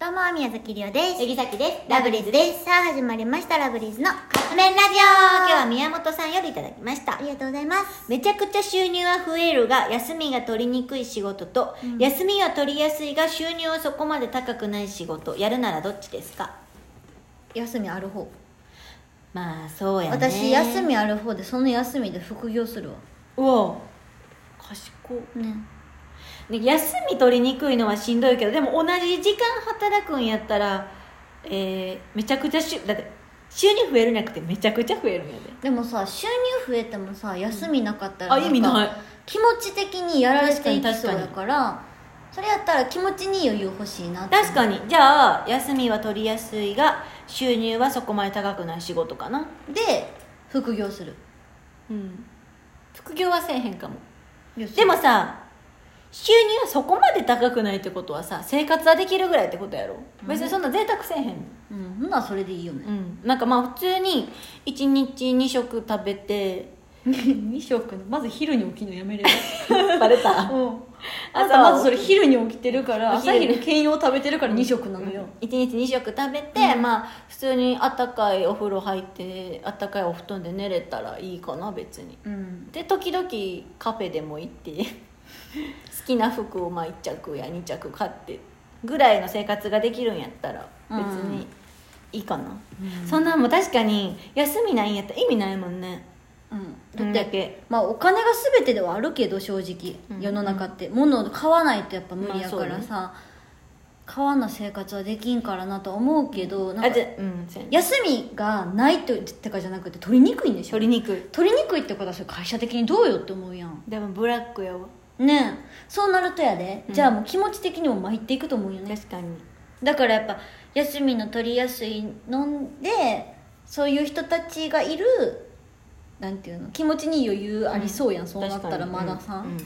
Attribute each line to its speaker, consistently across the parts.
Speaker 1: どうも、宮崎りおです。
Speaker 2: ゆぎさきです。
Speaker 1: ラブリーズです。さあ、始まりました、ラブリーズのカップ麺ラジオ
Speaker 2: 今日
Speaker 1: 今日は
Speaker 2: は宮本さんよりいただきました
Speaker 1: あ。りがとうございます。
Speaker 2: めちゃくちゃ収入は増えるが休みが取りにくい仕事と、
Speaker 1: うん
Speaker 2: 休みは取りやすいが収入はそこまで高くない仕事やるならどっちですか
Speaker 1: 休みある方。
Speaker 2: まあそうやね
Speaker 1: 私、休みある方で、その休みで副業するわ。
Speaker 2: うわ賢
Speaker 1: ね。
Speaker 2: いね休み取りにくいのはしんどいけどでも同じ時間働くんやったらえー、めちゃくちゃしゅだって収入増えるんじゃなくてめちゃくちゃ増えるんやで
Speaker 1: でもさ、収入増えてもさ、休みなかったら
Speaker 2: あ
Speaker 1: んか
Speaker 2: 意味ない
Speaker 1: 気持ち的にやられていきそうだ
Speaker 2: 確
Speaker 1: から、それやったら気持ちに余裕欲しいなって
Speaker 2: 確かにじゃあ休みは取りやすいが収入はそこまで高くない仕事かな
Speaker 1: で、副業する。
Speaker 2: うん副業はせえへんかもで
Speaker 1: で
Speaker 2: も、さ収入はそこまで高くないってことはさ生活はできるぐらいってことやろ別にそんな贅沢せえへん、
Speaker 1: うん、ほんならそれでいいよ
Speaker 2: う
Speaker 1: ね。
Speaker 2: ん、なんかまあ普通に1日2食食べて
Speaker 3: 2食のまず昼に起きるのやめれる
Speaker 2: バレ た
Speaker 3: うん
Speaker 2: あ
Speaker 3: あ
Speaker 2: ん
Speaker 3: ん
Speaker 2: た
Speaker 3: た
Speaker 2: は
Speaker 3: まずそれ昼に起きてるから
Speaker 2: お昼
Speaker 3: 朝昼兼用食べてるから2食なのよ、
Speaker 2: 1日2食食べて、まあ普通にあったかいお風呂入ってあったかいお布団で寝れたらいいかな別に
Speaker 1: うん。
Speaker 2: で時々カフェでも行って 好きな服をまあ1着や2着買ってぐらいの生活ができるんやったら別にいいかな、そんなんも確かに休みないんやったら意味ないもんね
Speaker 1: うん。
Speaker 2: だ
Speaker 1: だ
Speaker 2: だ
Speaker 1: って、
Speaker 2: け
Speaker 1: まあ、お金が全てではあるけど正直、
Speaker 2: うん
Speaker 1: 世の中って物を買わないとやっぱ無理やか
Speaker 2: まあ
Speaker 1: ら
Speaker 2: そ
Speaker 1: さ、買わな生活はできんからなとは思うけどなん
Speaker 2: あ
Speaker 1: か
Speaker 2: じゃうんそうやね
Speaker 1: 休みがないとってかじゃなくて取りにくいんでしょ
Speaker 2: 取りにくい
Speaker 1: 取りにくいってことはそれ会社的にどうよって思うやん
Speaker 2: でもブラックやわ
Speaker 1: ねえそうなるとやで、
Speaker 2: うん
Speaker 1: じゃあもう気持ち的にも参っていくと思うよね
Speaker 2: 確かに
Speaker 1: だからやっぱ休みの取りやすいのんでそういう人たちがいるなんていうの気持ちに余裕ありそうやん、そうなったら
Speaker 2: 確か
Speaker 1: ま
Speaker 2: に
Speaker 1: ださ、
Speaker 2: うんうん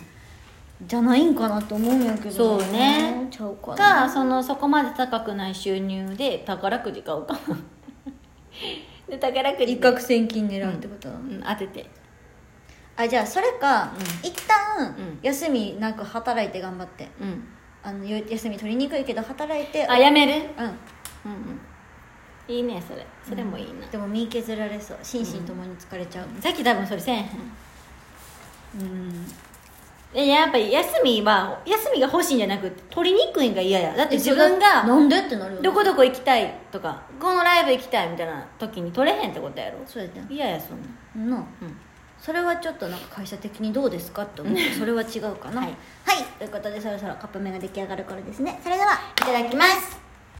Speaker 1: じゃないんかなと思うんやけど
Speaker 2: そうね
Speaker 1: ちゃうかな
Speaker 2: かそのそこまで高くない収入で宝くじ 買うかもで宝くじ
Speaker 1: 一攫千金狙うってこと、
Speaker 2: うん当てて
Speaker 1: あじゃあそれか、
Speaker 2: う
Speaker 1: 一旦
Speaker 2: うん
Speaker 1: 休みなく働いて頑張って
Speaker 2: うん
Speaker 1: あのよ休み取りにくいけど働いて
Speaker 2: あやめる
Speaker 1: うん
Speaker 2: うんうんいいねそれそれもいいな、
Speaker 1: でも身削られそう心身ともに疲れちゃう
Speaker 2: さっき多分それせえへん
Speaker 1: うん
Speaker 2: えやっぱり休みは休みが欲しいんじゃなくて取りにくいんが嫌やだって自分
Speaker 1: えそれ
Speaker 2: が
Speaker 1: なんでってなるよね
Speaker 2: どこどこ行きたいとかこのライブ行きたいみたいな時に取れへんってことやろ
Speaker 1: そうやって
Speaker 2: 嫌やそんな
Speaker 1: なあ
Speaker 2: うん
Speaker 1: それはちょっとなんか会社的にどうですかって思ってそれは違うかな
Speaker 2: は
Speaker 1: はいい、ということでそろそろカップ麺が出来上がる頃ですねそれではいただきます